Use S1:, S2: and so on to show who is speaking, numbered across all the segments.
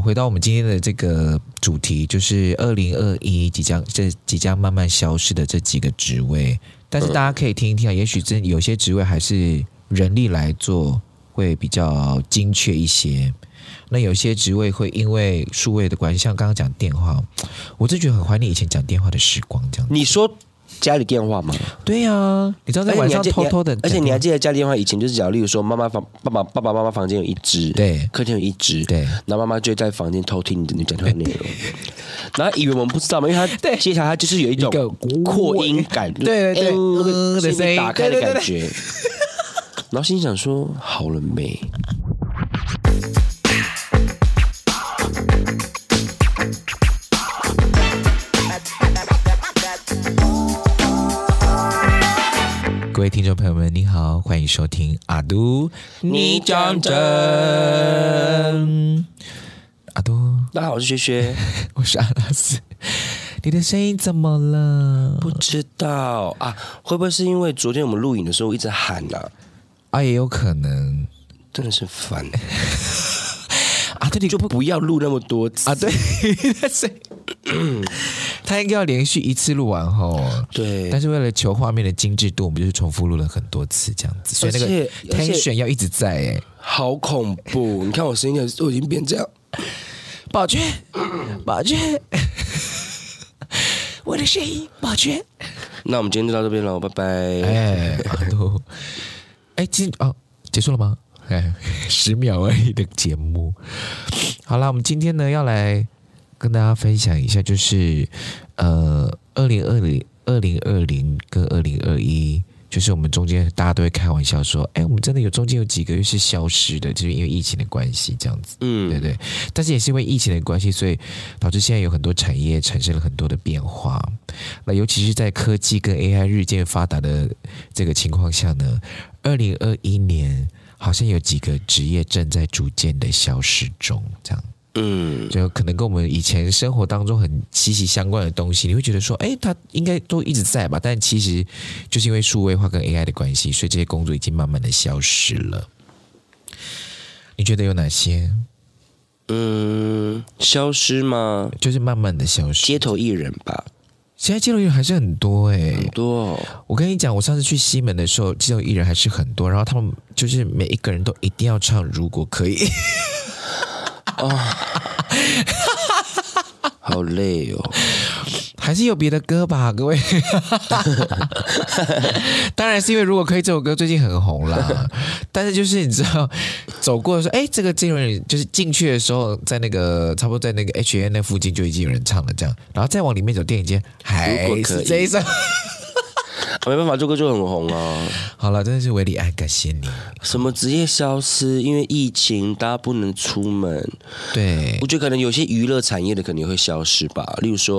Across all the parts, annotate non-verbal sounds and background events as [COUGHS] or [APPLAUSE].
S1: 回到我们今天的这个主题，就是二零二一即将这即将慢慢消失的这几个职位，但是大家可以听一
S2: 嗯
S1: 听啊，也许真有些职位还是人力来做会比较精确一些。那有些职位会因为数位的关系，像刚刚讲电话，我真觉得很怀念以前讲电话的时光，这样子。
S2: 你说家里电话吗？
S1: 对呀、你知道在
S2: 啊而且
S1: 晚
S2: 你还
S1: 上
S2: 记
S1: 偷偷的，
S2: 而且你还记得家里电话以前就是，假如例如说妈妈房、爸爸、爸爸妈妈房间有一只，
S1: 对
S2: 客厅有一只，
S1: 对
S2: 然后妈妈就会在房间偷听你的你讲电话内容，然后以为我们不知道嘛，因为
S1: [LAUGHS] 对
S2: 她接下来她就是有一种
S1: 一个
S2: 扩音感，就是
S1: 对对对
S2: 嗯那个
S1: 嗯的声音
S2: 打开的
S1: 对对对
S2: 感觉，然后心里想说好了没？
S1: 各位听众朋友们，你好，欢迎收听阿都
S2: 你讲真
S1: 阿都，
S2: 大家好，我是学学，
S1: 我是阿拉斯，你的声音怎么了？
S2: 不知道啊，会不会是因为昨天我们录影的时候我一直喊啊，
S1: 啊，也有可能
S2: 真的是烦，
S1: 啊，对你
S2: 就不要录那么多次
S1: 啊，对，所以他应该要连续一次录完吼。
S2: 对，
S1: 但是为了求画面的精致度，我们就是重复录了很多次这样子，所以那个
S2: 而且而且
S1: tension 要一直在哎、
S2: 好恐
S1: [LAUGHS]
S2: 怖！你看我声音都已经变这样，
S1: 宝娟，宝娟， [COUGHS] 我的声音，宝娟。
S2: 那我们今天就到这边了，拜拜。
S1: 哎，阿都，哎，今哦结束了吗？哎， [LAUGHS] 十秒而已的节目。好啦，我们今天呢要来跟大家分享一下，就是呃，二零二零、二零二零跟二零二一。就是我们中间大家都会开玩笑说，哎、我们真的有中间有几个月是消失的，就是因为疫情的关系这样子。对
S2: 嗯，
S1: 对，但是也是因为疫情的关系，所以导致现在有很多产业产生了很多的变化。那尤其是在科技跟 AI 日渐发达的这个情况下呢，二零二一年好像有几个职业正在逐渐的消失中，这样。
S2: 嗯，
S1: 就可能跟我们以前生活当中很息息相关的东西，你会觉得说，哎，它应该都一直在吧？但其实就是因为数位化跟 AI 的关系，所以这些工作已经慢慢的消失了。你觉得有哪些？
S2: 嗯，消失吗？
S1: 就是慢慢的消失。
S2: 街头艺人吧，
S1: 现在街头艺人还是很多哎、
S2: 很多、
S1: 我跟你讲，我上次去西门的时候，街头艺人还是很多，然后他们就是每一个人都一定要唱《如果可以》， [LAUGHS]
S2: 好
S1: [LAUGHS]
S2: 累哦。
S1: 还是有别的歌吧，各
S2: [LAUGHS]
S1: 位。当然是因为《如果可以》这首歌最近很红啦，但是就是你知道，走过的时候，哎，这个街头艺人就是进去的时候，在那个差不多在那个 H N 那附近就已经有人唱了这样，然后再往里面走电影街，还
S2: 如果可
S1: 是
S2: 以
S1: 这一首。
S2: 啊没办法，这个就很红啊。
S1: 好了，真的是维里安，感谢你。
S2: 什么职业消失？因为疫情，大家不能出门。
S1: 对
S2: 我，觉得可能有些娱乐产业的可能也会消失吧，例如说。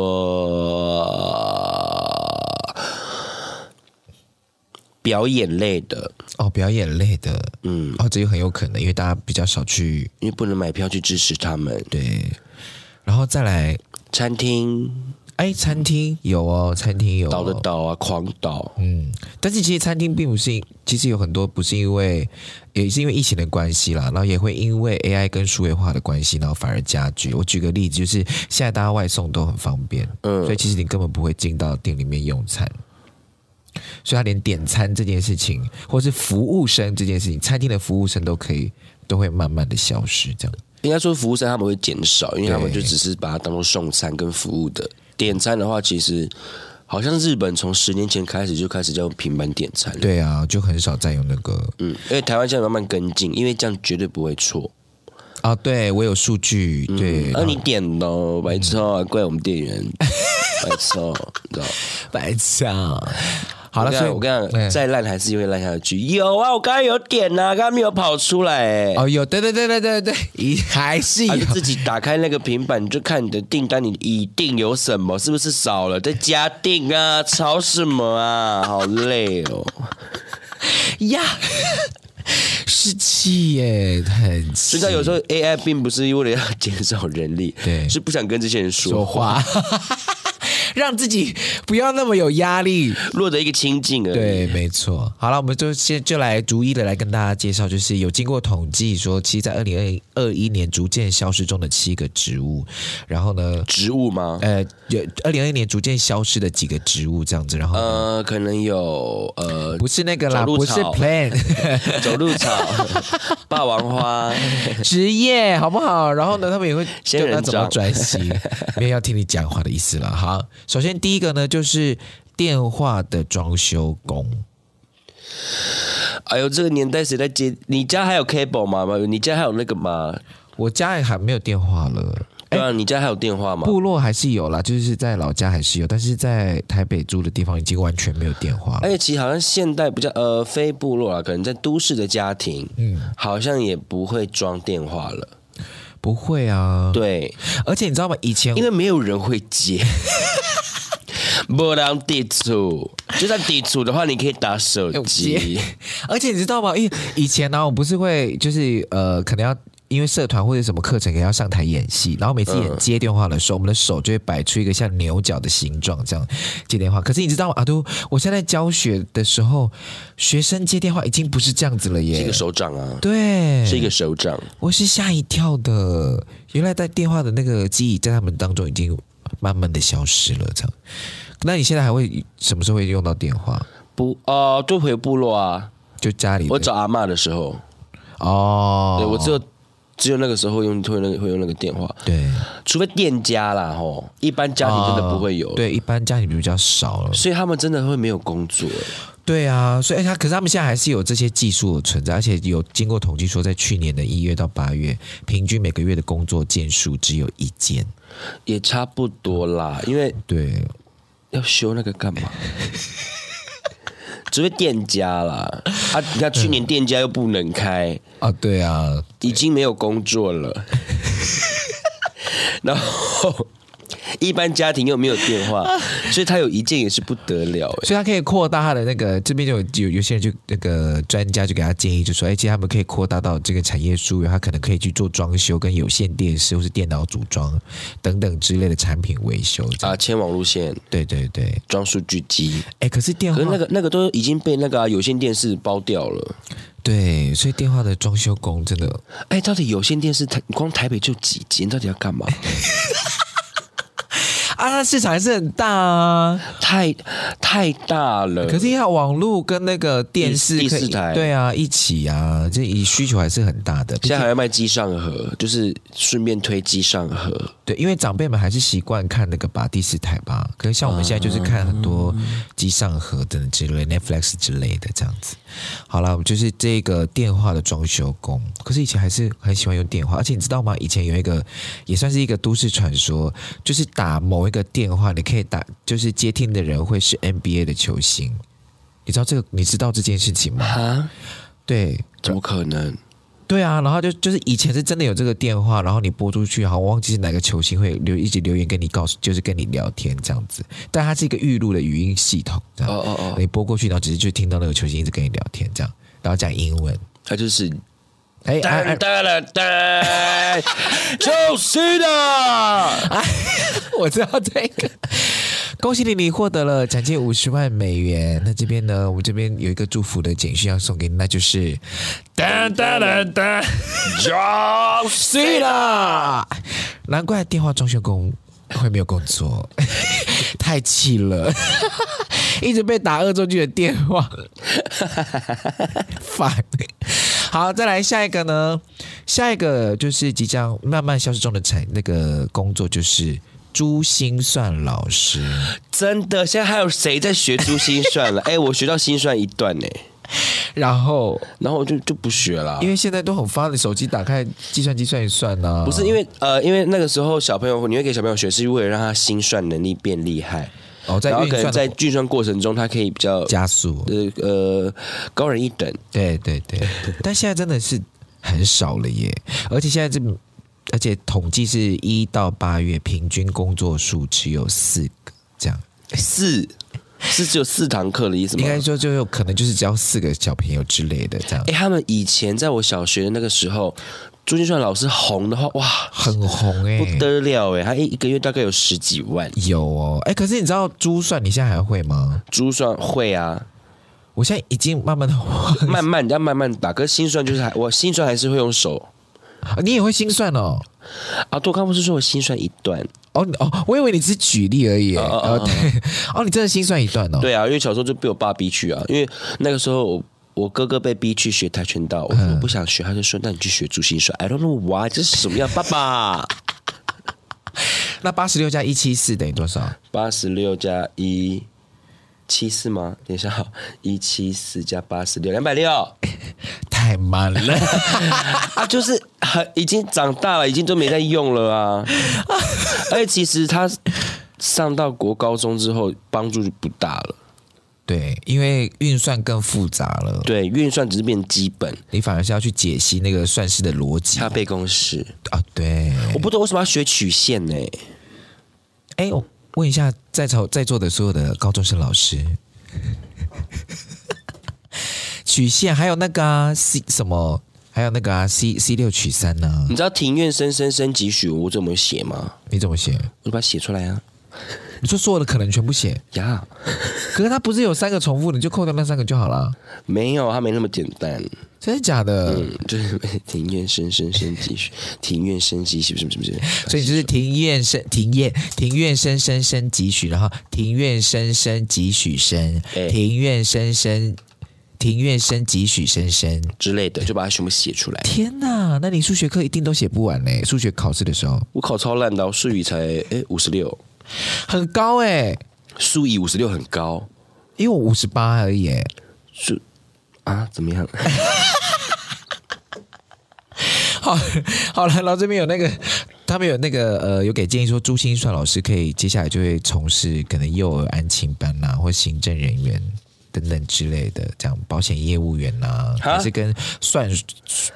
S2: 表演类的，
S1: 哦，表演类的，
S2: 嗯，
S1: 哦，这就很有可能，因为大家比较少去
S2: 因为不能买票去支持他们。
S1: 对，然后再来，
S2: 餐厅
S1: 哎，餐厅有哦，餐厅有、
S2: 倒的
S1: 哦，
S2: 倒啊，狂倒。
S1: 嗯，但是其实餐厅并不是，其实有很多不是因为，也是因为疫情的关系啦，然后也会因为 AI 跟数位化的关系，然后反而加剧。我举个例子，就是现在大家外送都很方便，
S2: 嗯
S1: 所以其实你根本不会进到店里面用餐。所以他连点餐这件事情，或是服务生这件事情，餐厅的服务生都可以，都会慢慢的消失。这样，
S2: 应该说服务生他们会减少，因为他们
S1: 对
S2: 就只是把它当做送餐跟服务的。点餐的话，其实好像日本从十年前开始就开始叫平板点餐了。，
S1: 对啊，就很少再用那个
S2: 嗯，因为台湾现在慢慢跟进，因为这样绝对不会错。
S1: 啊，对我有数据，
S2: 嗯
S1: 对，
S2: 而、你点的哦，白痴啊，怪我们
S1: [LAUGHS]
S2: 店员，白痴哦，你知道？
S1: 白痴啊！好了，
S2: 我
S1: 所
S2: 跟
S1: 以
S2: 你讲我跟你讲，
S1: 哎
S2: 再烂还是会烂下去。有啊，我刚刚有点呐、啊，刚刚没有跑出来、欸。
S1: 哦，有，对对对对对对，一还是有
S2: 啊，你自己打开那个平板，你就看你的订单，你已订有什么，是不是少了？再加订啊，吵什么啊？好累哦。
S1: 呀，是气耶，很气
S2: 所以他有时候 AI 并不是为了要减少人力，
S1: 对
S2: 是不想跟这些人
S1: 说
S2: 说。
S1: 话。 [LAUGHS] 让自己不要那么有压力。
S2: 落得一个清净而已。
S1: 对，没错。好了，我们就先就来逐一的来跟大家介绍，就是有经过统计说，其实在二零二二一年逐渐消失中的七个植物，然后呢，
S2: 植物吗？
S1: 呃，有二零二一年逐渐消失的几个植物这样子，然后呢、
S2: 呃，可能有
S1: [LAUGHS]
S2: 呃，
S1: 不是那个啦，
S2: 走路
S1: 不是 [LAUGHS]
S2: 草
S1: plan
S2: 走路草、霸王花， [LAUGHS]
S1: 职业好不好？然后呢，他们也会
S2: 仙
S1: 教
S2: 人
S1: 他怎么
S2: 掌
S1: 专心，没有要听你讲话的意思了。好，首先第一个呢就是电话的装修工。
S2: 哎呦，这个年代谁在接？你家还有 cable 吗？吗你家还有那个吗？
S1: 我家也还没有电话了，
S2: 对啊，你家还有电话吗？
S1: 部落还是有啦，就是在老家还是有，但是在台北住的地方已经完全没有电话
S2: 而
S1: 了。
S2: 且其实好像现代比较呃非部落啊，可能在都市的家庭，嗯，好像也不会装电话了。
S1: 不会啊，
S2: 对，
S1: 而且你知道吗？以前
S2: 因为没有人会接。 [LAUGHS] 不让地主，就算地主的话，你可以打手机
S1: 哎接。 [LAUGHS] 而且你知道吗？因为以前呢、我不是会就是呃，可能要因为社团或者什么课程，也要上台演戏，然后每次演接电话的时候，我们的手就会摆出一个像牛角的形状，这样接电话。可是你知道吗？阿都，我现在教学的时候，学生接电话已经不是这样子了
S2: 是一
S1: 耶
S2: 个。手掌啊，
S1: 对，
S2: 是一个手掌。
S1: 我是吓一跳的。原来在电话的那个记忆，在他们当中已经慢慢的消失了。这样，那你现在还会什么时候会用到电话？
S2: 不哦，就回部落啊。
S1: 就家里的
S2: 我找阿嬷的时候，
S1: 哦，
S2: 对我只有只有那个时候用会用那个会用那个电话，
S1: 对。
S2: 除非店家啦吼，一般家庭真的不会有。
S1: 哦啊对，一般家庭比较少了。
S2: 所以他们真的会没有工作，欸
S1: 对啊，所以他可是他们现在还是有这些技术的存在，而且有经过统计说，在去年的一月到八月，平均每个月的工作件数只有一件。
S2: 也差不多啦。因为
S1: 对，
S2: 要修那个
S1: [LAUGHS]
S2: 干嘛？除非店家啦，啊，你看去年店家又不能开，
S1: 啊，对啊，
S2: 已经没有工作了，然后一般家庭又没有电
S1: [LAUGHS]
S2: 话，所以他有一件也是不得了、欸。
S1: 所以他可以扩大他的那个这边就有有有些人就那个专家就给他建议，就说，哎，其实他们可以扩大到这个产业枢纽，他可能可以去做装修、跟有线电视或是电脑组装等等之类的产品维修。这样
S2: 啊，牵网路线
S1: 对对对，
S2: 装数据机，
S1: 哎，可是电
S2: 可
S1: 话
S2: 是那个那个都已经被那个啊、有线电视包掉了。
S1: 对，所以电话的装修工真的
S2: 哎，到底有线电视台光台北就几间，到底要
S1: [LAUGHS]
S2: 干嘛？
S1: 啊，它市场还是很大啊。
S2: 太太大了。
S1: 可是要网络跟那个电视
S2: 第
S1: 可以
S2: 第四台
S1: 对啊，一起啊，这以需求还是很大的。
S2: 现在还要卖机上盒，就是顺便推机上盒。
S1: 对，因为长辈们还是习惯看那个吧，第四台吧。可是像我们现在就是看很多机上盒等之类、Netflix 之类的这样子。好了，我们就是这个电话的装修工。可是以前还是很喜欢用电话，而且你知道吗？以前有一个也算是一个都市传说，就是打某一个电话，你可以打，就是接听的人会是 NBA 的球星。你知道这个？你知道这件事情
S2: [LAUGHS]
S1: 吗？
S2: 啊？
S1: 对，
S2: 怎么可能？
S1: 对啊，然后就就是以前是真的有这个电话，然后你拨出去，好，我忘记是哪个球星会留一直留言跟你告诉，就是跟你聊天这样子，但它是一个预录的语音系统，这样
S2: 哦哦哦
S1: 你拨过去，然后只是就听到那个球星一直跟你聊天这样，然后讲英文，
S2: 他就是
S1: 哎哎
S2: 噔
S1: 哎，
S2: 噔噔噔，就是的。
S1: 哎 [LAUGHS] 我知道这个。恭喜你，你获得了奖金五十万美元。那这边呢，我们这边有一个祝福的简讯要送给你，那就是噔噔噔噔。
S2: 就是
S1: 碎了，难怪电话装修工会没有工作， [LAUGHS] 太气了， [LAUGHS] 一直被打恶作剧的电话， [LAUGHS] 烦。好，再来下一个呢？下一个就是即将慢慢消失中的产那个工作，就是珠心算老师。
S2: 真的，现在还有谁在学珠心算了？哎，我学到心算一段呢，
S1: 然后，
S2: 然后我啊就就不学了
S1: 因。为现在都很发，你手机打开计算机算一算啊呢、
S2: 不是因为呃，因为那个时候小朋友，你会给小朋友学，是为了让他心算能力变厉害，
S1: 哦，在
S2: 然后
S1: 运
S2: 可能
S1: 算
S2: 在
S1: 在
S2: 运算过程中，他可以比较
S1: 加速，
S2: 呃呃高人一等。
S1: 对对对， [LAUGHS] 但现在真的是很少了耶，而且现在这，而且统计是一到八月平均工作数只有四个，这样
S2: 四是只有四堂课的意思吗？
S1: 应该
S2: 哎、
S1: 说就有可能就是只要四个小朋友之类的这样。
S2: 他们以前在我小学的那个时候，朱金铉老师红的话，哇，
S1: 很红哎、
S2: 不得了哎，他一一个月大概有十几万。
S1: 有哦，哎、可是你知道珠算你现在还会吗？
S2: 珠算
S1: [LAUGHS]
S2: 会啊，
S1: 我现在已经慢 [LAUGHS] 哦慢的，
S2: 慢慢你要慢慢打，可是心算就是还我心算还是会用手
S1: 你也会心算哦。
S2: 啊。杜康不是说我心算一段，
S1: 哦你哦，我以为你只是举例而已。哦
S2: 哦
S1: 哦，对，哦，你真的心算一段哦。
S2: 对啊，因为小时候就被我爸逼去啊，因为那个时候我。我哥哥被逼去学跆拳道，我说
S1: 嗯
S2: 我不想学，他就说：“那你去学珠心算。”I don't know why，这是什么样？爸爸，
S1: 那八十六加一七四等于多少？
S2: 八十六加一七四吗？等一下哦，一七四加八十六，两百六
S1: 太慢了。
S2: 啊，就是很已经长大了，已经都没在用了啊。而且其实他上到国高中之后，帮助就不大了。
S1: 对，因为运算更复杂了，
S2: 对，运算只是变基本，
S1: 你反而是要去解析那个算式的逻辑
S2: 差倍公式。
S1: 啊。对，
S2: 我不懂为什么要学曲线呢、
S1: 哎，我问一下在场在座的所有的高中生老师， [LAUGHS] 曲线还有那个、啊、C 什么，还有那个、啊、C C 六取三呢、
S2: 你知道庭院深深深几许我怎么写吗？
S1: 你怎么写？
S2: 我就把它写出来啊
S1: 你说所有的可能全部写，
S2: 呀
S1: 可是它不是有三个重复，你就扣掉那三个就好了。啊
S2: 没有，它没那么简单。
S1: 真的假的？
S2: 嗯， [LAUGHS] 就是庭院深深深几许，庭院深几许，什么什么什么。
S1: 所以就是庭院深庭院庭院深深深几许，然后庭院深深几许深，
S2: 哎
S1: 庭院深深庭院深几许深深。
S2: 之类的，就把它全部写出来。
S1: 天哪，那你数学课一定都写不完嘞！数学考试的时候
S2: 我考超烂的哦，数语才哎五十六，
S1: 很高哎、
S2: 数语五十六很高，
S1: 因为我五十八而已、哎
S2: 数啊怎么样？
S1: [LAUGHS] 好，好了，然后这边有那个，他们有那个呃，有给建议说，朱心算老师可以接下来就会从事可能幼儿安亲班呐、或行政人员等等之类的，这样保险业务员呐、
S2: 哈
S1: 还是跟算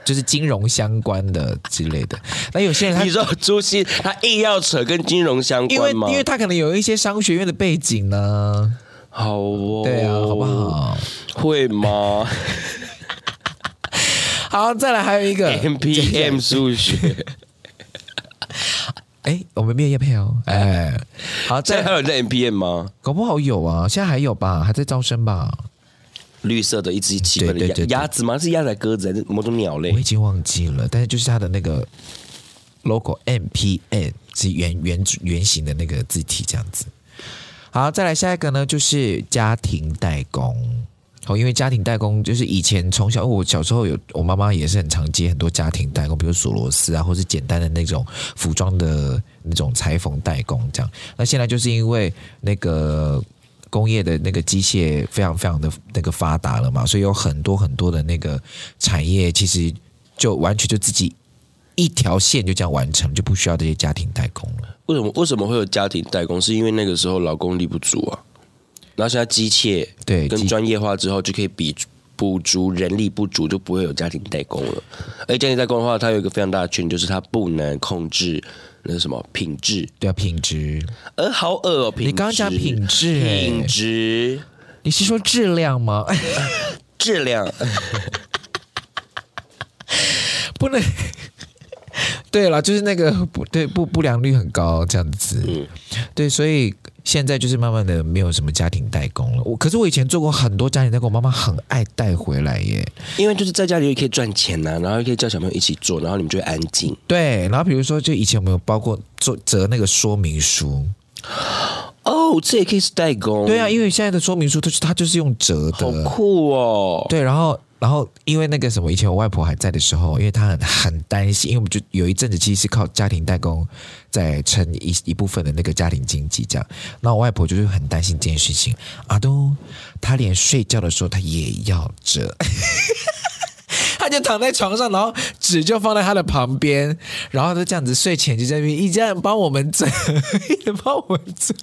S1: 就是金融相关的之类的。那有些人他
S2: [LAUGHS] 你。说朱熹他硬要扯跟金融相
S1: 因为
S2: 关吗？
S1: 因为他可能有一些商学院的背景呢、
S2: 好哦，
S1: 对啊，好不？好？
S2: 会吗 [LAUGHS]
S1: 好，再来还有一个，哎、
S2: [LAUGHS] ？MPM 数学，
S1: 哎我们没有叶配哦，哎、好，
S2: 现
S1: 再
S2: 在还
S1: 来
S2: 有人在 MPM 吗？
S1: 搞不好有啊，现在还有吧，还在招生吧，
S2: 绿色的一只七分的
S1: 对对对对
S2: 鸭鸭子吗？是鸭子还是鸽子还是某种鸟类
S1: 我？已经忘记了，但是就是它的那个 logo M P N 是圆圆圆形的那个字体这样子。好，再来下一个呢，就是家庭代工。哦，因为家庭代工就是以前从小，我小时候有我妈妈也是很常接很多家庭代工，比如索罗斯啊，或是简单的那种服装的那种裁缝代工这样。那现在就是因为那个工业的那个机械非常非常的那个发达了嘛，所以有很多很多的那个产业，其实就完全就自己一条线就这样完成，就不需要这些家庭代工了。
S2: 为什么为什么会有家庭代工？是因为那个时候劳工力不足啊，然后现在机械
S1: 对
S2: 跟
S1: 机
S2: 专业化之后，就可以比补足人力不足，就不会有家庭代工了。而家庭代工的话，它有一个非常大的缺点，就是它不能控制那个什么品质，
S1: 对啊，品质，
S2: 呃，好恶哦，品质
S1: 你刚刚讲品质欸
S2: 品质、
S1: 你是说质量吗？ [LAUGHS]
S2: 质量，
S1: 不能。对了，就是那个不对不不良率很高这样子，对，所以现在就是慢慢的没有什么家庭代工了。我可是我以前做过很多家庭代工，我妈妈很爱带回来耶。
S2: 因为就是在家里也可以赚钱呐、然后也可以叫小朋友一起做，然后你们就会安静。
S1: 对，然后比如说就以前我们有包括做折那个说明书，
S2: 哦，这也可以是代工，
S1: 对啊，，因为现在的说明书它它就是用折
S2: 好
S1: 的，
S2: 酷哦。
S1: 对，然后然后因为那个什么，以前我外婆还在的时候，因为她很很担心，因为我们就有一阵子其实是靠家庭代工在撑一一部分的那个家庭经济这样。那我外婆就是很担心这件事情，啊都，她连睡觉的时候她也要折。她就躺在床上，然后纸就放在她的旁边，然后就这样子睡前就在那 [LAUGHS] 边一直在帮我们折，一直帮我们折。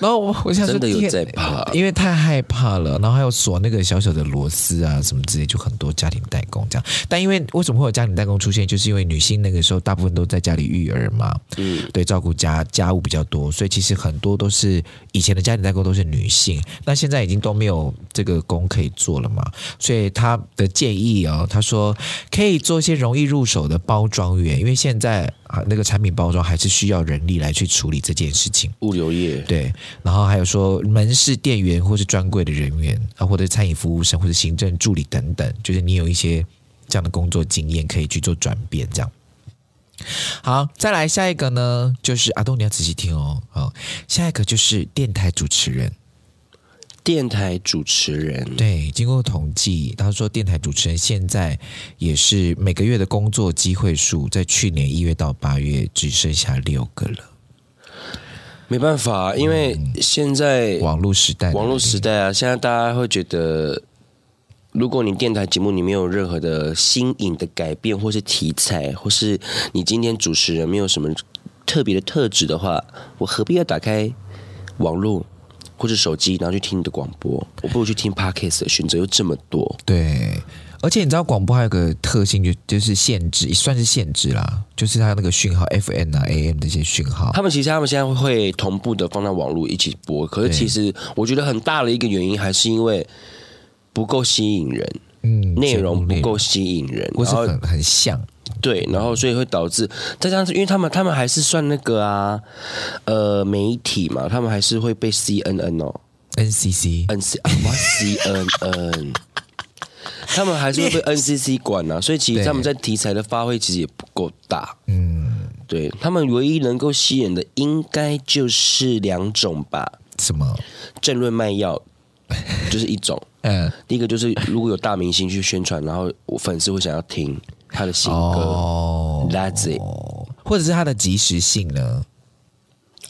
S1: 然后我我想说
S2: 真的有
S1: 天
S2: 在怕
S1: 因为太害怕了，然后还有锁那个小小的螺丝啊什么之类，就很多家庭代工这样。但因为为什么会有家庭代工出现，就是因为女性那个时候大部分都在家里育儿嘛，嗯，对，照顾家家务比较多，所以其实很多都是以前的家庭代工都是女性，那现在已经都没有这个工可以做了嘛，所以他的建议哦，他说可以做一些容易入手的包装员，因为现在啊那个产品包装还是需要人力来去处理这件事情。
S2: 物流业，
S1: 对，然后还有说门市店员或是专柜的人员啊，或者餐饮服务生或者行政助理等等，就是你有一些这样的工作经验可以去做转变，这样。好，再来下一个呢，就是阿东，你要仔细听哦。好，下一个就是电台主持人。
S2: 电台主持人，
S1: 对，经过统计，他说电台主持人现在也是每个月的工作机会数，在去年一月到八月只剩下六个了。
S2: 没办法，因为现在
S1: 网络时代的
S2: 嗯网络
S1: 人
S2: 时代啊，现在大家会觉得，如果你电台节目里面有任何的新颖的改变，或是题材，或是你今天主持人没有什么特别的特质的话，我何必要打开网络或者手机，然后去听你的广播？我不如去 [LAUGHS] 听 podcast，的选择又这么多。
S1: 对，而且你知道广播还有个特性，就就是限制，也算是限制啦，就是它那个讯号 FN 啊、AM 这些讯号。
S2: 他们其实他们现在会同步的放到网络一起播，可是
S1: 对
S2: 其实我觉得很大的一个原因还是因为不够吸引人，
S1: 嗯，
S2: 内
S1: 节目
S2: 容不
S1: 内
S2: 够，吸引人，
S1: 或
S2: 然
S1: 是
S2: 后
S1: 嗯哦很嗯很像，
S2: 对，然后所以会导致再加上是，因为他们他们还是算那个啊，呃，媒体嘛，他们还是会被 CNN 哦
S1: NCC，
S2: ，NC 啊哇
S1: [LAUGHS]
S2: CNN，他们还是会被 NCC 管啊，所以其实
S1: 对
S2: 他们在题材的发挥其实也不够大，
S1: 嗯，
S2: 对他们唯一能够吸引的应该就是两种吧，
S1: 什么，
S2: 政论卖
S1: [LAUGHS]
S2: 药就是一种，
S1: 嗯，
S2: 第一个就是如果有大明星去宣传，然后我粉丝会想要听他的新歌、
S1: 哦
S2: t h a t s it。
S1: 或者是它的及时性呢？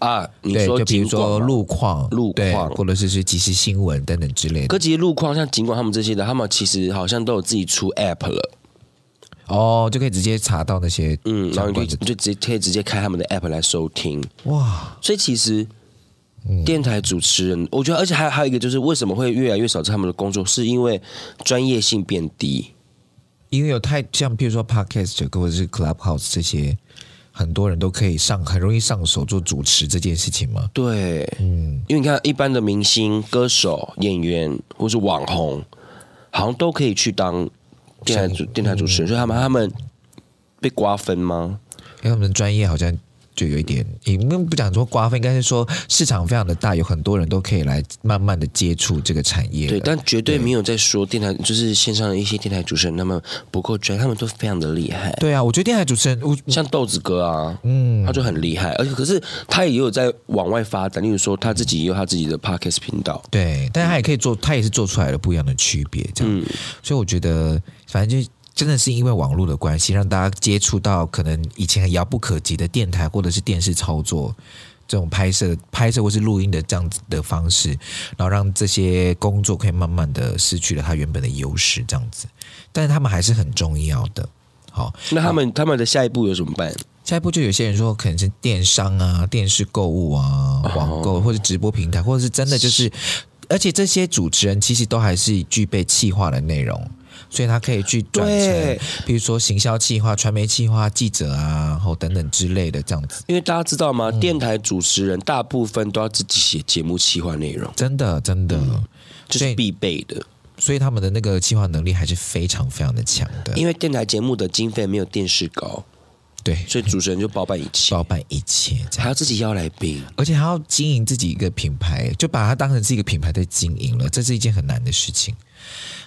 S2: 啊，你
S1: 对，
S2: 说
S1: 就比如
S2: 尽管
S1: 说
S2: 嘛
S1: 路况、
S2: 路
S1: 对
S2: 况
S1: 或者是是即时新闻等等之类的。
S2: 可其实路况像尽管他们这些的，他们其实好像都有自己出 app 了，
S1: 哦，就可以直接查到那些
S2: 嗯，然后
S1: 相关
S2: 你就
S1: 的。嗯
S2: 你就直接可以直接开他们的 app 来收听，
S1: 哇，
S2: 所以其实。
S1: 嗯
S2: 电台主持人，我觉得，而且还有还有一个就是，为什么会越来越少他们的工作，是因为专业性变低。
S1: 因为有太像，譬如说 podcast 或者是 clubhouse 这些，很多人都可以上，很容易上手做主持这件事情嘛。
S2: 对，
S1: 嗯，
S2: 因为你看一般的明星、歌手、演员或是网红，好像都可以去当电台主
S1: 嗯
S2: 电台主持人，所以他们他们被瓜分吗？
S1: 因为他们的专业好像就有一点，也不不讲说瓜分，应该是说市场非常的大，有很多人都可以来慢慢的接触这个产业。
S2: 对，，但绝对没有在说电台，就是线上的一些电台主持人，他们不够专业，他们都非常的厉害。
S1: 对啊，我觉得电台主持人，我
S2: 像豆子哥啊，
S1: 嗯
S2: 他就很厉害，而且可是他也有在往外发展，例如说他自己也有他自己的 podcast 频道，
S1: 对，但他也可以做，他也是做出来了不一样的区别，这样。所以我觉得，反正就真的是因为网络的关系，让大家接触到可能以前遥不可及的电台或者是电视操作这种拍摄、拍摄或是录音的这样子的方式，然后让这些工作可以慢慢的失去了它原本的优势，这样子。但是他们还是很重要的。好，
S2: 那他们他们的下一步有怎么办？
S1: 下一步就有些人说，可能是电商啊、电视购物啊、
S2: 哦
S1: 网购或者直播平台，或者是真的就是，而且这些主持人其实都还是具备企划的内容。所以他可以去转成
S2: 对，
S1: 比如说行销企划、传媒企划、记者啊，然后等等之类的这样子。
S2: 因为大家知道吗？
S1: 嗯
S2: 电台主持人大部分都要自己写节目企划内容，
S1: 真的，真的，
S2: 这、
S1: 所
S2: 是
S1: 以
S2: 必备的。
S1: 所以他们的那个企划能力还是非常非常的强的。
S2: 因为电台节目的经费没有电视高，
S1: 对，
S2: 所以主持人就包办一切，
S1: 包办一切这样。
S2: 还要自己邀来宾。
S1: 而且还要经营自己一个品牌，就把它当成是一个品牌在经营了，这是一件很难的事情。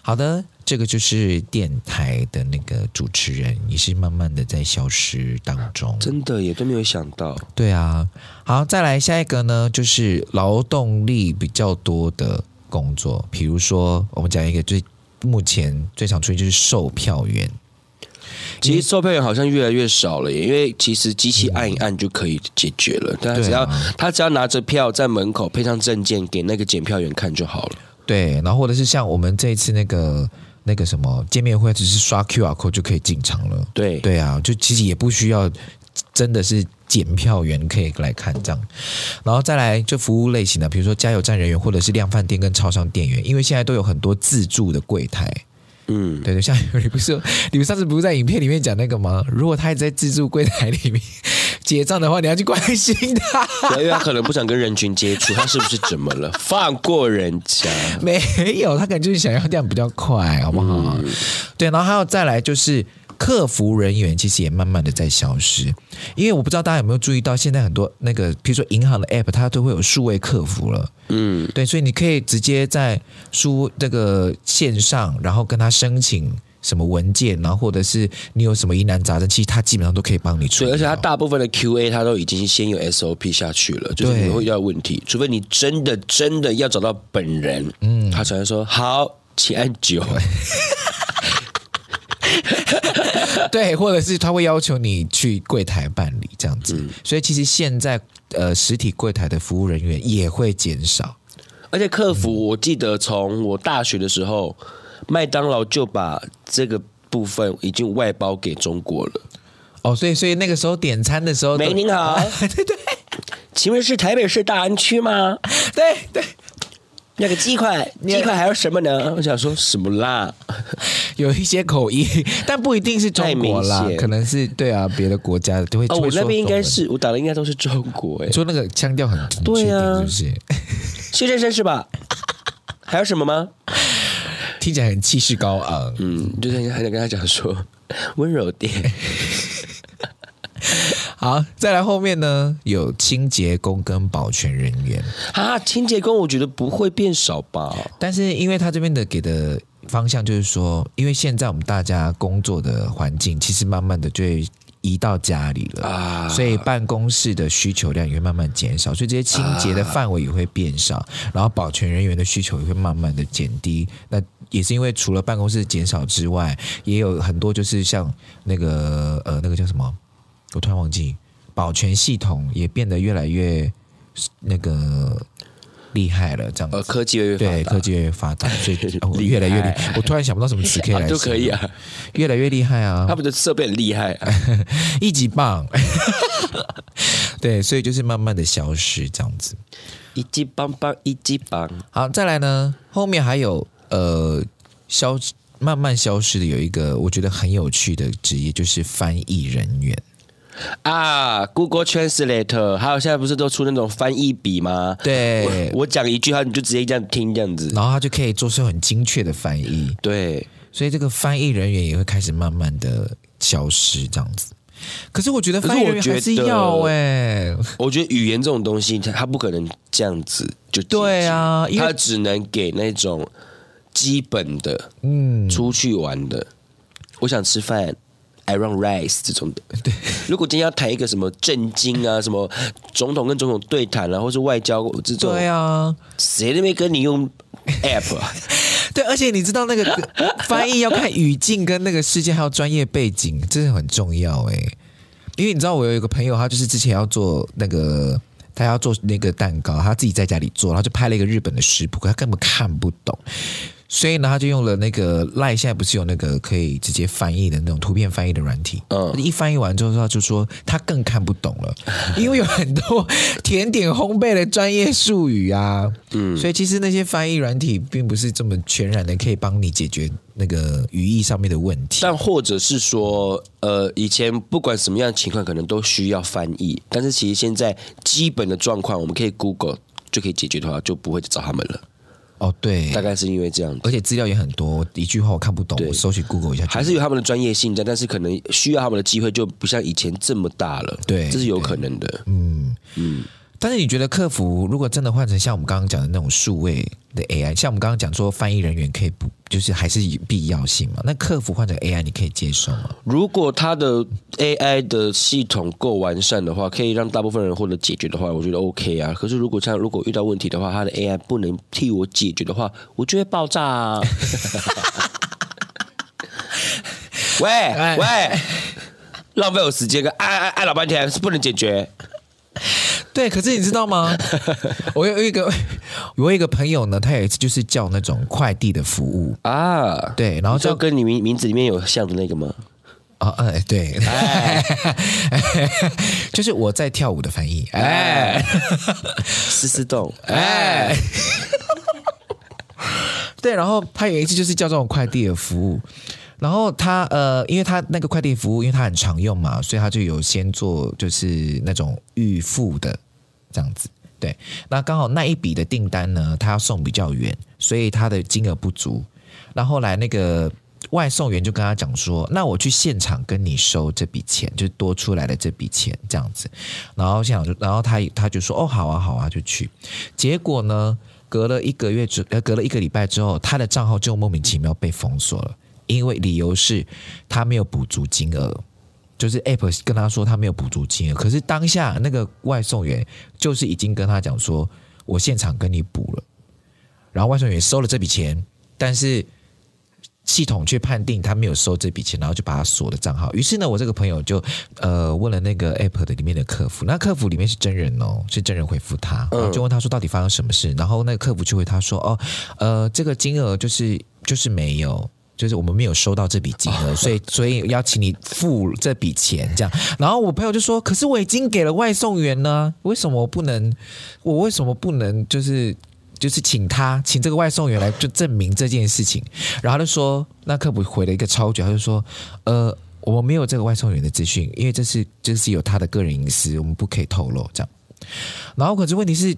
S1: 好的，这个就是电台的那个主持人，也是慢慢的在消失当中。
S2: 真的也都没有想到，
S1: 对啊，好，再来下一个呢，就是劳动力比较多的工作，比如说我们讲一个最目前最常出现就是售票员，
S2: 其实售票员好像越来越少了耶，因为其实机器按一按就可以解决了，但他只要、他只要拿着票在门口配上证件给那个检票员看就好了。
S1: 对，然后或者是像我们这一次那个那个什么见面会，只是刷 QR code 就可以进场了。
S2: 对，
S1: 对啊，就其实也不需要真的是检票员可以来看这样。然后再来就服务类型的，比如说加油站人员或者是量贩店跟超商店员，因为现在都有很多自助的柜台。
S2: 嗯，
S1: 对对，像你不是 [LAUGHS] 你们上次不是在影片里面讲那个吗？如果他一直在自助柜台里面结账的话，你要去关心他。
S2: 对因为他可能不想跟人群接触，他是不是怎么了？放过人家，
S1: [LAUGHS] 没有，他可能就是想要这样比较快，好不好？
S2: 嗯
S1: 对，然后还有再来就是。客服人员其实也慢慢的在消失，因为我不知道大家有没有注意到，现在很多那个，比如说银行的 app，它都会有数位客服了。
S2: 嗯，
S1: 对，所以你可以直接在书这个线上，然后跟他申请什么文件，然后或者是你有什么疑难杂症，其实他基本上都可以帮你处
S2: 对，
S1: 理。
S2: 而且他大部分的 Q A 他都已经先有 S O P 下去了，就是
S1: 对
S2: 你会遇到问题，除非你真的真的要找到本人，嗯，他才会说好，请按九，
S1: 对，或者是他会要求你去柜台办理这样子。
S2: 嗯
S1: 所以其实现在呃，实体柜台的服务人员也会减少。
S2: 而且客服，我记得从我大学的时候，麦当劳就把这个部分已经外包给中国了。
S1: 哦，所以所以那个时候点餐的时候都，
S2: 喂，您好，对 [LAUGHS] 对，请问是台北市大安区吗？
S1: 对对，
S2: 那个鸡块，鸡块还有什么呢？我想说什么啦？
S1: 有一些口音，但不一定是中国
S2: 太
S1: 啦
S2: 明，显
S1: 可能是对啊，别的国家都会。
S2: 哦，
S1: 会
S2: 我
S1: 说
S2: 那边应该
S1: 中文
S2: 是我打的应该都是中国哎、
S1: 你说那个腔调很很确
S2: 对
S1: 定，
S2: 啊
S1: 是不是？ [LAUGHS]
S2: 谢先生是 [LAUGHS] 吧？还有什么吗？
S1: 听起来很气势高昂。
S2: 嗯，就是还想跟他讲说 [LAUGHS] 温柔点，
S1: 好，再来后面呢，有清洁工跟保全人员，
S2: 啊，清洁工我觉得不会变少吧？
S1: 但是因为他这边的给的方向就是说，因为现在我们大家工作的环境其实慢慢的就会移到家里了。
S2: 啊，
S1: 所以办公室的需求量也会慢慢减少，所以这些清洁的范围也会变少，然后保全人员的需求也会慢慢的减低。那也是因为除了办公室减少之外，也有很多就是像那个呃那个叫什么，我突然忘记，保全系统也变得越来越那个厉害了，这样子。
S2: 呃，科技越来越发达
S1: 对，科技越来越发
S2: [LAUGHS]
S1: 达，所以、哦
S2: 厉害
S1: 越来越厉害。我突然想不到什
S2: [LAUGHS]
S1: 么词可以来、
S2: 啊都可以，啊，
S1: 越来越厉害啊！
S2: 他们的设备很厉害、啊。
S1: [LAUGHS] 一级棒。 [LAUGHS] 对，所以就是慢慢的消失这样子。
S2: 一级棒棒，一级棒！
S1: 好，再来呢，后面还有呃消慢慢消失的有一个我觉得很有趣的职业，就是翻译人员。
S2: 啊，Google Translate，还有现在不是都出那种翻译笔吗？
S1: 对
S2: 我，我讲一句话，你就直接这样听，这样子。
S1: 然后他就可以做出很精确的翻译，
S2: 对，
S1: 所以这个翻译人员也会开始慢慢的消失这样子。可是我觉得翻译人员还是要哎、
S2: 我觉得语言这种东西，它它不可能这样子就解决
S1: 对，啊，因
S2: 它
S1: 为
S2: 只能给那种基本的，嗯，出去玩的，我想吃饭。I run rice 这种的，对。如果今天要谈一个什么震惊
S1: [LAUGHS]
S2: 啊，什么总统跟总统对谈啊，或是外交这种，
S1: 对啊，
S2: 谁那边跟你用 app 啊？
S1: 对，而且你知道那个 [LAUGHS] 翻译要看语境跟那个事件还有专业背景，这是很重要哎、因为你知道我有一个朋友，他就是之前要做那个。他要做那个蛋糕，他自己在家里做，然后就拍了一个日本的食谱，可他根本看不懂，所以呢，他就用了那个赖，现在不是有那个可以直接翻译的那种图片翻译的软体，
S2: 嗯
S1: 嗯，一翻译完之后，他就说他更看不懂
S2: [LAUGHS]
S1: 了，因为有很多甜点烘焙的专业术语啊，嗯，所以其实那些翻译软体并不是这么全然的可以帮你解决那个语义上面的问题，
S2: 但或者是说，呃，以前不管什么样的情况，可能都需要翻译，但是其实现在基本的状况，我们可以 Google 就可以解决的话，就不会找他们了。
S1: 哦，对
S2: 大，概是因为这样子，
S1: 而且资料也很多，我一句话我看不懂，
S2: 对
S1: 我搜取 Google 一下就
S2: 还是有他们的专业性在，但是可能需要他们的机会就不像以前这么大了。
S1: 对
S2: 这是有可能的。
S1: 但是你觉得客服如果真的换成像我们刚刚讲的那种数位的 AI，像我们刚刚讲说翻译人员可以不，就是还是有必要性嘛？那客服换成 AI，你可以接受吗？
S2: 如果他的 AI 的系统够完善的话，可以让大部分人获得解决的话，我觉得 OK 啊。可是如果像如果遇到问题的话，他的 AI 不能替我解决的话，我就会爆炸啊！ [LAUGHS] 喂喂，浪费我时间，跟啊按按按老半天是不能解决。
S1: 对，可是你知道吗？ [LAUGHS] 我有一个 [LAUGHS] 我有一个朋友呢，他有一次就是叫那种快递的服务，
S2: 啊，
S1: 对，然后
S2: 就
S1: 叫
S2: 跟你名名字里面有像的那个吗？
S1: 啊，哎，对，哎 [LAUGHS] 就是我在跳舞的翻译，
S2: [LAUGHS]
S1: 哎
S2: 丝丝洞，
S1: 哎， [LAUGHS] 对，然后他有一次就是叫这种快递的服务，然后他呃，因为他那个快递服务，因为他很常用嘛，所以他就有先做就是那种预付的这样子。对，那刚好那一笔的订单呢，他要送比较远，所以他的金额不足。那后来那个外送员就跟他讲说：“那我去现场跟你收这笔钱，就是多出来的这笔钱这样子。”然后现场就，然后他他就说：“哦，好啊，好啊，就去。”结果呢，隔了一个月之，呃，隔了一个礼拜之后，他的账号就莫名其妙被封锁了，因为理由是他没有补足金额。就是 App 跟他说他没有补足金额，可是当下那个外送员就是已经跟他讲说，我现场跟你补了，然后外送员收了这笔钱，但是系统却判定他没有收这笔钱，然后就把他锁了账号。于是呢，我这个朋友就呃问了那个 app 的里面的客服，那客服里面是真人哦，是真人回复他，
S2: 嗯
S1: 我就问他说到底发生什么事，然后那个客服就回他说哦，呃，这个金额就是就是没有。就是我们没有收到这笔金额，所以所以要请你付这笔钱，这样。然后我朋友就说：“可是我已经给了外送员呢，为什么我不能？我为什么不能？就是就是请他请这个外送员来就证明这件事情。然后他就说，那科普回了一个超绝，他就说，呃，我们没有这个外送员的资讯，因为这是这是有他的个人隐私，我们不可以透露这样。然后可是问题是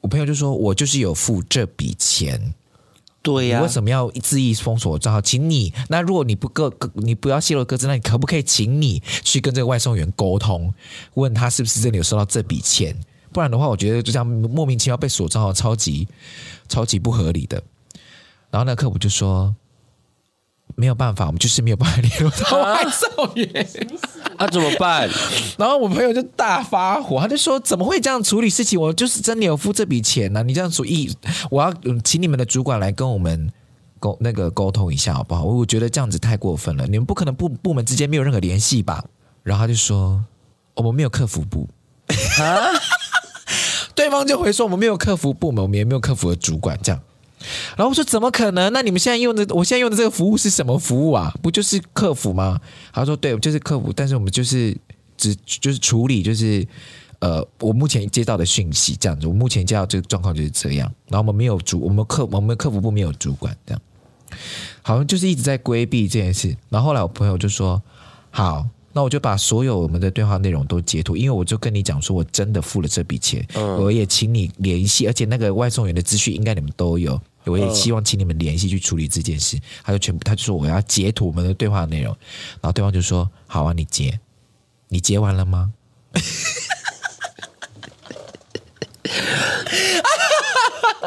S1: 我朋友就说，我就是有付这笔钱，
S2: 对呀、
S1: 你为什么要恣意封锁我账号？请你，那如果你不各各你不要泄露各自，那你可不可以请你去跟这个外送员沟通，问他是不是真的有收到这笔钱？不然的话，我觉得就这样莫名其妙被锁账号，超级超级不合理的。然后那个客服就说。没有办法，我们就是没有办法联络到外送员。
S2: 啊怎么办？
S1: [LAUGHS] 然后我朋友就大发火，他就说：“怎么会这样处理事情？我就是真的有付这笔钱啊呢、你这样主意，我要嗯请你们的主管来跟我们沟那个沟通一下，好不好？我觉得这样子太过分了，你们不可能部部门之间没有任何联系吧？”然后他就说：“哦我们没有客服部。” [LAUGHS] 对方就回说：“我们没有客服部门，我们也没有客服的主管。”这样。然后我说怎么可能？那你们现在用的，我现在用的这个服务是什么服务啊？不就是客服吗？他说对，就是客服，但是我们就是只就是处理就是呃，我目前接到的讯息这样子，我目前接到这个状况就是这样。然后我们没有主，我们客我们客服部没有主管这样，好像就是一直在规避这件事。然后后来我朋友就说好。那我就把所有我们的对话内容都截图，因为我就跟你讲说，我真的付了这笔钱，我也请你联系，而且那个外送员的资讯应该你们都有，我也希望请你们联系去处理这件事。他就全部，他就说我要截图我们的对话内容，然后对方就说好啊，你截，你截完了吗？
S2: [LAUGHS]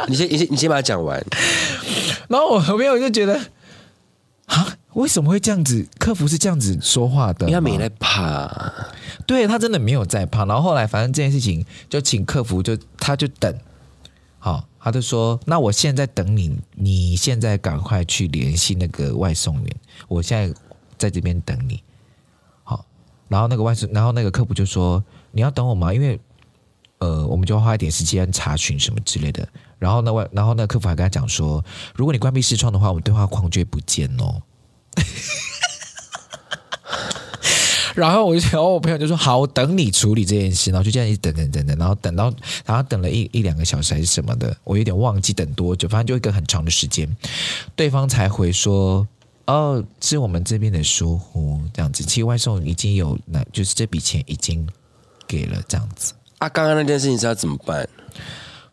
S2: 你先你先你先把它讲完。
S1: 然后我朋友就觉得啊，为什么会这样子？客服是这样子说话的吗，
S2: 因为他们也在怕，啊
S1: 对他真的没有在怕。然后后来反正这件事情就请客服就他就等，好、他就说那我现在等你，你现在赶快去联系那个外送员，我现在在这边等你。好、然后那个外送，然后那个客服就说你要等我吗？因为呃，我们就花一点时间查询什么之类的。然后呢，外，然后那个客服还跟他讲说，如果你关闭视窗的话，我们对话框就会不见哦。然后我就想，哦，我朋友就说好，我等你处理这件事，然后就这样一直等等等等，然后等到然后等了一一两个小时还是什么的，我有点忘记等多久，反正就一个很长的时间，对方才回说。哦，是我们这边的疏忽，这样子。其实外送已经有那，就是这笔钱已经给了，这样子。
S2: 啊，刚刚那件事情是要怎么办？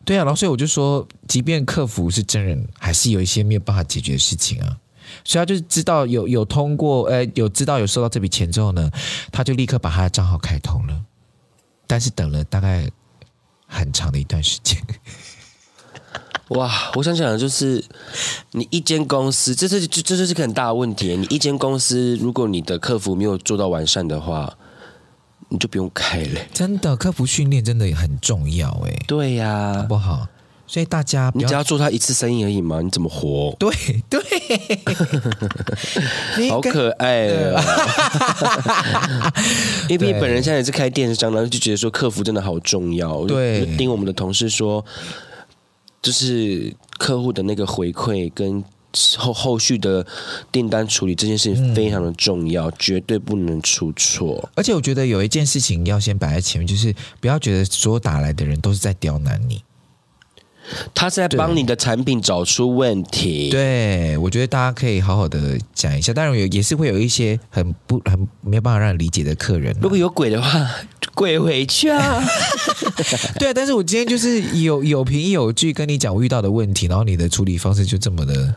S1: 对啊，然后所以我就说，即便客服是真人，还是有一些没有办法解决的事情啊。所以他就是知道有有通过，呃，有知道有收到这笔钱之后呢，他就立刻把他的账号开通了，但是等了大概很长的一段时间。 [LAUGHS]
S2: 哇，我想讲的就是，你一间公司，这是这这就是个很大的问题。你一间公司，如果你的客服没有做到完善的话，你就不用开了。
S1: 真的，客服训练真的很重要、欸，哎，
S2: 对呀、
S1: 好不好？所以大家不
S2: 你只
S1: 要
S2: 要做他一次生意而已嘛，你怎么活？
S1: 对对， [LAUGHS] 你
S2: 好
S1: 跟
S2: 可爱哦！ [LAUGHS] 因为
S1: 对
S2: 本人现在也是开电商，然后就觉得说客服真的好重要。我就
S1: 对
S2: 就盯我们的同事说，就是客户的那个回馈跟后后续的订单处理这件事情非常的重要，绝对不能出错。
S1: 而且我觉得有一件事情要先摆在前面，就是不要觉得所有打来的人都是在刁难你。
S2: 他是在帮你的产品找出问题。
S1: 对，我觉得大家可以好好的讲一下。当然有也是会有一些很不很没有办法让人理解的客人啊、
S2: 如果有鬼的话，鬼回去啊！
S1: 对啊，但是我今天就是有 [LAUGHS] 有凭有据跟你讲我遇到的问题，然后你的处理方式就这么的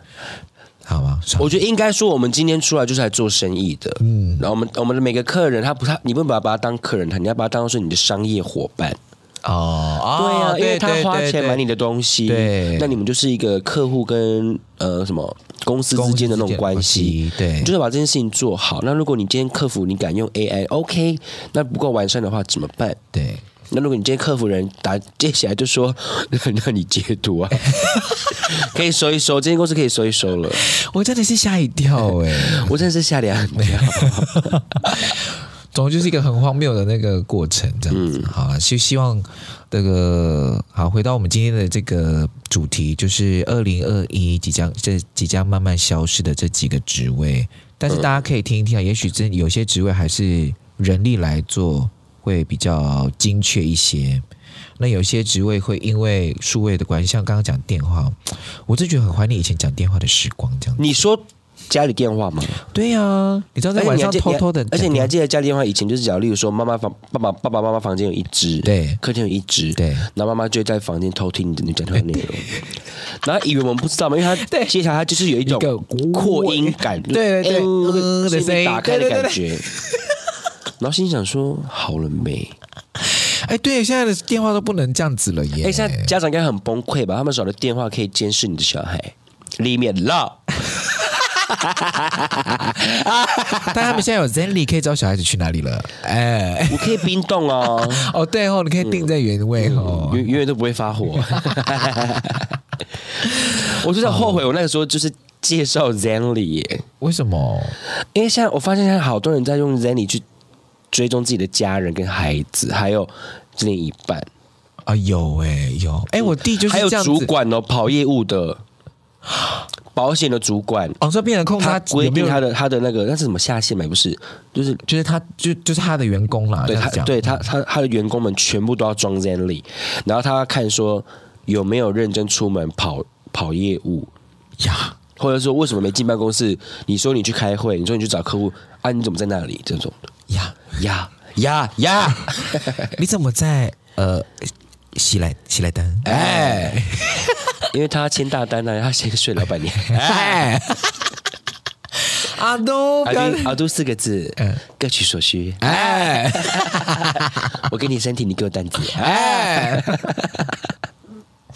S1: 好吗？算了
S2: 我觉得应该说，我们今天出来就是来做生意的。嗯，然后我们我们的每个客人，他不他你不能把他把他当客人，他你要把他当做是你的商业伙伴。
S1: 哦，哦
S2: 对啊，因为他
S1: 对
S2: 花
S1: 对
S2: 钱
S1: 对
S2: 买你的东西，
S1: 对
S2: 那你们就是一个客户跟呃什么公司之间的那种关系。，
S1: 对
S2: 你就，是把这件事情做好。那如果你今天客服你敢用 AI，OK，、那不够完善的话怎么办？
S1: 对，
S2: 那如果你今天客服人打接起来就说， [LAUGHS] 那你截图啊， [LAUGHS] 可以收一收，这间公司可以收一收了。
S1: 我真的是吓一跳哎、
S2: 我真的是吓得很跳。
S1: 总之就是一个很荒谬的那个过程，这样
S2: 嗯
S1: 子。好了，就希望这个好回到我们今天的这个主题，就是二零二一即将这即将慢慢消失的这几个职位，但是大家可以听一听
S2: 嗯
S1: 啊，也许真有些职位还是人力来做会比较精确一些。那有些职位会因为数位的关系，像刚刚讲电话，我真觉得很怀念以前讲电话的时光，这样子。
S2: 你说家里电话吗？
S1: 对呀、你知道在
S2: 而
S1: 晚
S2: 且啊哎你还
S1: 上
S2: 记
S1: 偷偷的，
S2: 而且你还记得家里电话以前就是讲，例如说妈妈房、爸爸、爸爸妈妈房间有一只，
S1: 对
S2: 客厅有一只，
S1: 对
S2: 然后妈妈就会在房间偷听你的你讲电话 [LAUGHS] 内容，然后以为我们不知道嘛，因为他接下来他就是有一种
S1: 一个
S2: 扩音感，
S1: 对对对
S2: 就是嗯那
S1: 嗯
S2: 个
S1: 的声音
S2: 打开的
S1: 对对对
S2: 感觉，然后心想说好了没？
S1: 哎，对，现在的电话都不能这样子了耶。
S2: 哎，现在家长应该很崩溃吧？他们找的电话可以监视你的小孩，里面了。
S1: 但他们现在有 Zenly 可以知道小孩子去哪里了。哎，
S2: 我可以冰冻哦，
S1: 哦对哦，你可以定在原位哦。
S2: 永永远都不会
S1: [LAUGHS]
S2: 发火。我
S1: 哦
S2: 就在后悔，我那个时候就是介绍 Zenly，耶
S1: 为什么？
S2: 因为现在我发现现在好多人在用 Zenly 去追踪自己的家人跟孩子，还有另一半，
S1: 啊，有哎、有哎，我弟就是
S2: 嗯还有
S1: 这样子
S2: 主。管哦，跑业务的，保险的主管，
S1: 哦，说变成控
S2: 他规
S1: 有没
S2: 定
S1: 有
S2: 他的他的那个那是什么下线嘛？不是，就是
S1: 就是他就就是他的员工啦，
S2: 对
S1: 这
S2: 他
S1: 样讲
S2: 对他他他的员工们全部都要装 Zenly，然后他要看说有没有认真出门跑跑业务，
S1: 呀，
S2: 或者说为什么没进办公室？你说你去开会，你说你去找客户啊，你怎么在那里？这种
S1: 呀，
S2: 呀呀 [LAUGHS] 呀！
S1: 你怎么在呃喜来喜来登？
S2: 哎，因为他签大单呢、他先睡老
S1: [LAUGHS]
S2: 板娘。
S1: 哎，阿东
S2: 阿
S1: 不要
S2: 杜阿杜四个字，各取所需。
S1: 哎
S2: 我给你身体，你给我单子。
S1: 哎。 [LAUGHS]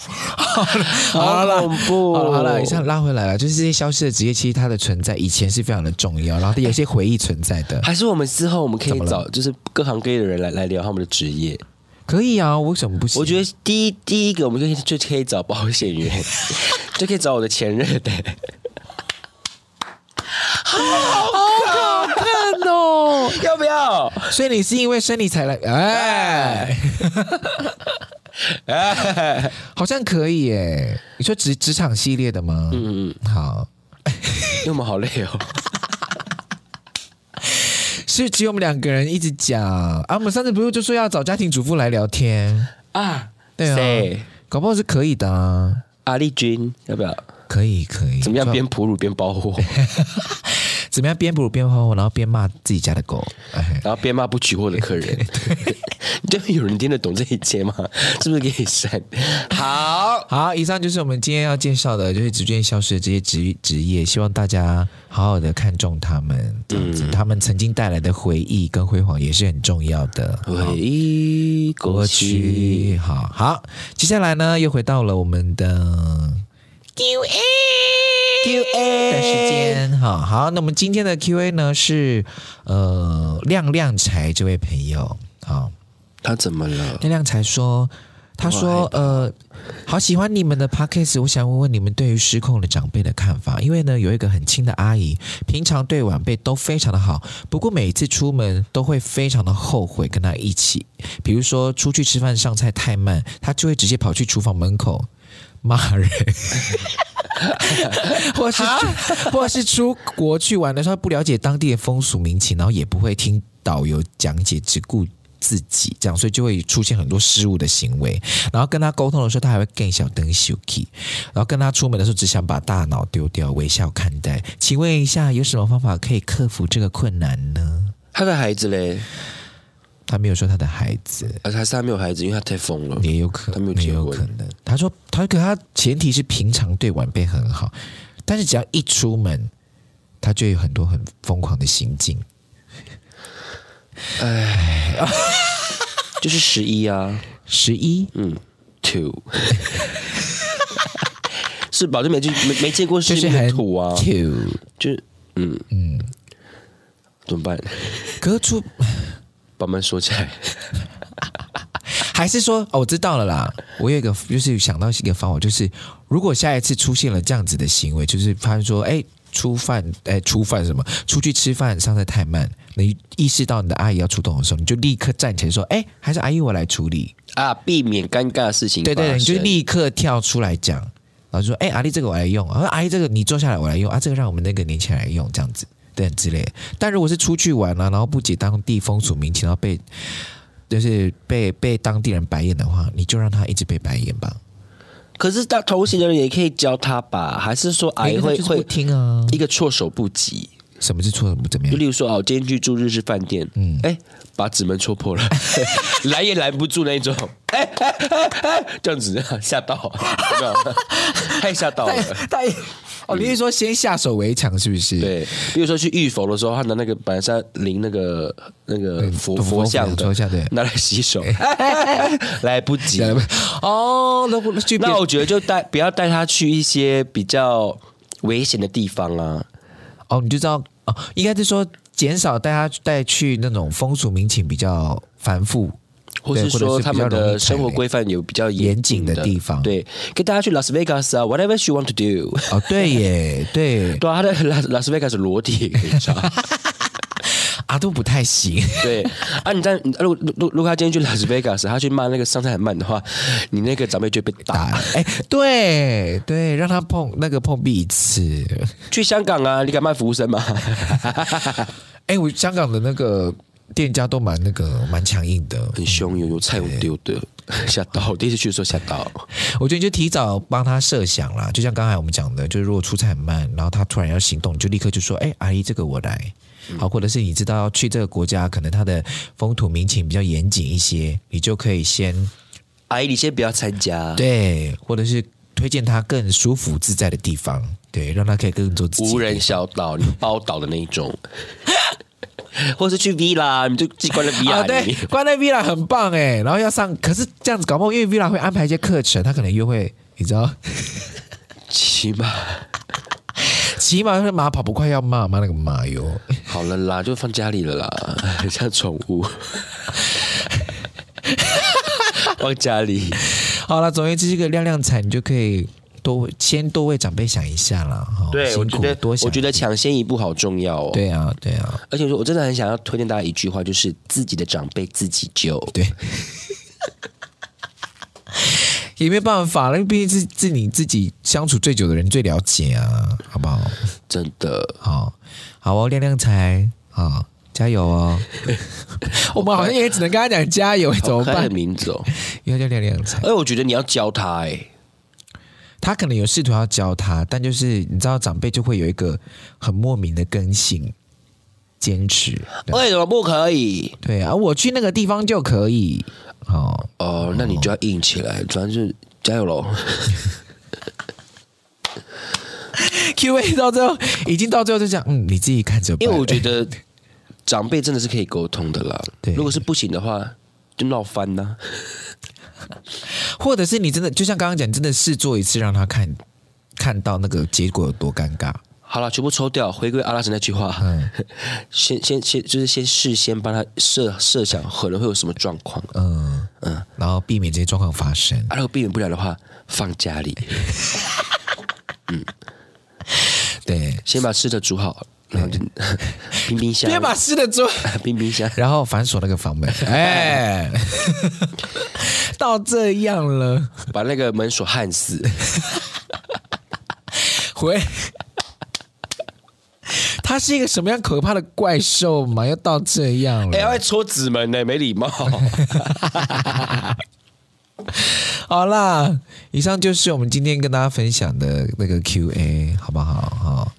S1: 好了，
S2: 好恐怖哦
S1: 好了，好了，像拉回来了，就是这些消失的职业，其实它的存在以前是非常的重要，然后有一些回忆存在的。
S2: 还是我们之后我们可
S1: 怎
S2: 以
S1: 么了
S2: 找，就是各行各业的人来来聊他们的职业。
S1: [LAUGHS] 可以啊，为什么不行？
S2: 我觉得第一第一个，我们就可以就可以找保险员， [LAUGHS] 就可以找我的前任
S1: [LAUGHS]
S2: 的。
S1: 看哦，
S2: [LAUGHS] 要不要？
S1: 所以你是因为生理才来， [LAUGHS] 哎，好像可以耶。你说职职场系列的吗？嗯嗯，好，
S2: [LAUGHS] 因为我们好累哦。
S1: 是只有我们两个人一直讲啊。我们上次不是就说要找家庭主妇来聊天？
S2: 啊，
S1: 对啊
S2: 谁？
S1: 搞不好是可以的、啊，
S2: 阿丽君要不要？
S1: 可以可以。
S2: 怎么样？边哺乳边包 [LAUGHS] 货，
S1: [LAUGHS] 怎么样边哺乳边欢呼，然后边骂自己家的狗？哎，
S2: 然后边骂不取货的客人。 [LAUGHS] 你这边有人听得懂这一切吗？是不是给你删？好，
S1: 好，以上就是我们今天要介绍的，就是逐渐消失的这些职职业，希望大家好好的看重他们，这样
S2: 嗯
S1: 子，他们曾经带来的回忆跟辉煌也是很重要的。
S2: 回忆过
S1: 过
S2: 去。
S1: 去，好好，接下来呢，又回到了我们的 Q A Q A 的时间，好好，那我们今天的 Q A 呢是呃亮亮柴这位朋友，好，
S2: 他怎么了？
S1: 亮亮才说，他说呃，好喜欢你们的 podcast，我想问问你们对于失控的长辈的看法，因为呢有一个很亲的阿姨，平常对晚辈都非常的好，不过每次出门都会非常的后悔跟她一起，比如说出去吃饭上菜太慢，她就会直接跑去厨房门口骂人。 [LAUGHS] 或是或是出国去玩的时候不了解当地的风俗民情，然后也不会听导游讲解，只顾自己这样，所以就会出现很多失误的行为。然后跟他沟通的时候，他还会更小灯小 key，然后跟他出门的时候只想把大脑丢掉，微笑看待。请问一下，有什么方法可以克服这个困难呢？
S2: 他的孩子嘞，
S1: 他没有说他的孩子，
S2: 而还是他没有孩子，因为他太疯了。
S1: 也有可
S2: 他没有
S1: 也
S2: 结
S1: 有
S2: 婚
S1: 可能。他说他可他前提是平常对晚辈很好，但是只要一出门，他就有很多很疯狂的行径。
S2: 就是十一啊，
S1: 十一，
S2: 嗯，two，是吧？就没见没没见过世
S1: 就是
S2: 面的
S1: 很
S2: 土啊，
S1: cute
S2: 就是嗯嗯，怎么办？
S1: 可是出
S2: 把门锁起来。
S1: 还是说哦，我知道了啦。我有一个就是想到一个方法，就是如果下一次出现了这样子的行为，就是发现说，哎，出饭，哎，出饭什么，出去吃饭上菜太慢，你意识到你的阿姨要出动的时候，你就立刻站起来说，哎，还是阿姨我来处理。
S2: [LAUGHS] 啊，避免尴尬的事情
S1: 对
S2: 发生。
S1: 对对，你就立刻跳出来讲，然后就说：“哎、阿丽这个我来用，啊，阿姨这个你坐下来我来用，啊，这个让我们那个年轻人来用，这样子，对之类的。”但如果是出去玩啊，然后不解当地风俗民情，然后被就是被被当地人白眼的话，你就让他一直被白眼吧。
S2: 可是他同行的人也可以教他吧？还是说阿姨
S1: 他
S2: 会
S1: 哎就是不
S2: 会
S1: 听
S2: [LAUGHS]
S1: 啊？
S2: 一个措手不及？
S1: 什么是错，什么不怎么
S2: 就 [LAUGHS]
S1: 样？
S2: 例如说，哦，今天去住日式饭店，嗯，哎，把纸门戳
S1: [LAUGHS]
S2: 破了，拦也拦不住那一种，哎哎哎哎，这样子 [LAUGHS] 吓到，有没有？ [LAUGHS] 太吓
S1: [LAUGHS]
S2: 到了。
S1: 他哦，你是说先下手为强是不是？，
S2: 对，比如说去浴佛的时候，他拿那个本来是要淋那个那个佛
S1: 佛
S2: 佛像的，
S1: 佛像对
S2: 拿来
S1: [LAUGHS]
S2: 洗手， [LAUGHS] 来不及，
S1: [LAUGHS] 哦，那不那就
S2: [LAUGHS] 那我觉得就带不要带他去一些比较危险的地方啊。
S1: 哦，你就知道哦，应该是说减少带他带去那种风俗民情比较繁复，
S2: 或是
S1: 对
S2: 说
S1: 比较
S2: 他们
S1: 容易
S2: 的
S1: 踩
S2: 生活
S1: 雷
S2: 规范有比较
S1: 严
S2: 谨
S1: 谨的地方
S2: 对，跟大家去 Las Vegas 啊，whatever she want to do。 [LAUGHS]
S1: 哦，对耶，对
S2: 对啊，他的 Las Las Vegas 裸体也可
S1: [LAUGHS]
S2: 以穿。
S1: 啊，都不太行。
S2: 对啊，你在你如果如如果他今天去 Las Vegas，他去骂那个上菜很慢的话，你那个长辈就会被打。
S1: 哎，对对，让他碰那个碰壁一次。
S2: 去香港啊，你敢卖服
S1: [LAUGHS]
S2: 务生吗？
S1: 哎，我香港的那个店家都蛮那个蛮强硬的，
S2: 很凶，有有菜有丢的，吓到！我第一次去的时候吓到。
S1: 我觉得你就提早帮他设想啦，就像刚才我们讲的，就是如果出差很慢，然后他突然要行动，你就立刻就说：“哎、阿姨，这个我来。”
S2: 嗯
S1: 好，或者是你知道要去这个国家，可能他的风土民情比较严谨一些，你就可以先
S2: 嗯阿姨，你先不要参加，
S1: 对，或者是推荐他更舒服自在的地方，对，让他可以更做自己。
S2: 无人小岛，你包岛的那一种， [LAUGHS] 或是去 V 啦，你就自己关了 V
S1: 啊，
S2: 啦，
S1: 对
S2: 你，
S1: 关在 villa 很棒哎，然后要上，可是这样子搞不好，因为 villa 会安排一些课程，他可能又会，你知道， [LAUGHS]
S2: 起码
S1: 骑马是马跑不快要骂骂那个马哟。
S2: 好了啦，就放家里了啦， [LAUGHS] 很像宠 [LAUGHS] 物，放家里。
S1: 好了，总而言之，这个亮亮彩你就可以多先多为长辈想一下啦。哈、
S2: 对，我
S1: 辛
S2: 觉
S1: 苦
S2: 得
S1: 多想，
S2: 我觉得抢先一步好重要哦。，
S1: 对啊，对啊，
S2: 而且说我真的很想要推荐大家一句话，就是自己的长辈自己救。
S1: 对。也没办法了，因为毕竟是是你自己相处最久的人最了解啊，好不好？
S2: 真的，
S1: 好，好哦，亮亮才啊，加油
S2: [LAUGHS]
S1: 哦！我们好像也只能跟他讲加油，怎么
S2: 好可爱
S1: 办
S2: 的？名字 [LAUGHS] 哦。
S1: 因为他叫亮亮才，
S2: 哎，我觉得你要教他哎、
S1: 他可能有试图要教他，但就是你知道长辈就会有一个很莫名的根性，坚持。
S2: 为什么不可以？
S1: 对啊，我去那个地方就可以。哦，
S2: 哦，那你就要硬起来，反正就是加油喽。
S1: Q&A 到最后已经到最后就讲，嗯，你自己看着办。
S2: 因为我觉得长辈真的是可以沟通的啦。
S1: 哎对
S2: 如果是不行的话，就闹翻呐、
S1: [LAUGHS] 或者是你真的就像刚刚讲，你真的试做一次，让他看看到那个结果有多尴尬。
S2: 好了，全部抽掉，回归阿拉神那句话。
S1: 嗯
S2: [LAUGHS] 先先先，就是先事先帮他设设想可能会有什么状况。
S1: 嗯嗯，然后避免这些状况发生。
S2: 啊，如果避免不了的话，放家
S1: [LAUGHS]
S2: 里， [LAUGHS]
S1: 对，
S2: 先把吃的煮好，然后就 [LAUGHS] 冰冰
S1: [LAUGHS]
S2: 箱，
S1: 别把湿的做，
S2: [LAUGHS] 冰冰箱。
S1: 然后反锁那个房
S2: [LAUGHS]
S1: 门。哎，到这样了，
S2: 把那个门锁焊死。 [LAUGHS]
S1: 会。他是一个什么样可怕的怪兽嘛？要到这样了
S2: 哎、？还戳纸门呢、没
S1: [LAUGHS]
S2: 礼貌。
S1: 好啦，以上就是我们今天跟大家分享的那个 Q&A，好不好？好。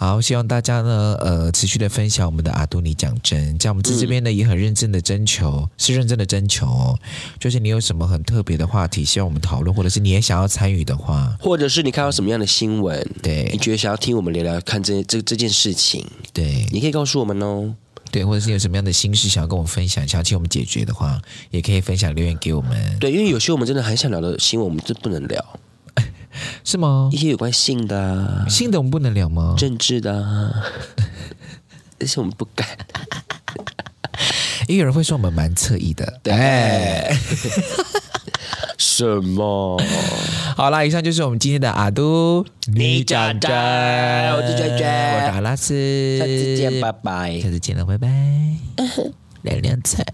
S1: 好，希望大家呢，呃，持续的分享我们的阿杜尼讲真，像我们在这边呢、也很认真的征求，是认真的征求哦。就是你有什么很特别的话题，希望我们讨论，或者是你也想要参与的话，
S2: 或者是你看到什么样的新闻，
S1: 对
S2: 你觉得想要听我们聊聊看这这这件事情，
S1: 对
S2: 你可以告诉我们哦。
S1: 对，或者是你有什么样的心事想要跟我们分享，想要请我们解决的话，也可以分享留言给我们，
S2: 对，因为有些我们真的很想聊的新闻，我们真不能聊，
S1: 是吗
S2: 一？些有关性的、啊、
S1: 新的我们不能聊吗？
S2: 政治的、啊，但是我们不敢。
S1: 因为有人会说我们蛮侧翼的，对。
S2: 哎 [LAUGHS] 什 [LAUGHS] 么？
S1: 好啦，以上就是我们今天的阿都
S2: 你讲真我是娟娟
S1: 我是阿拉斯，
S2: 下次见，拜拜 [LAUGHS]
S1: 下。次见了，拜拜。亮亮菜。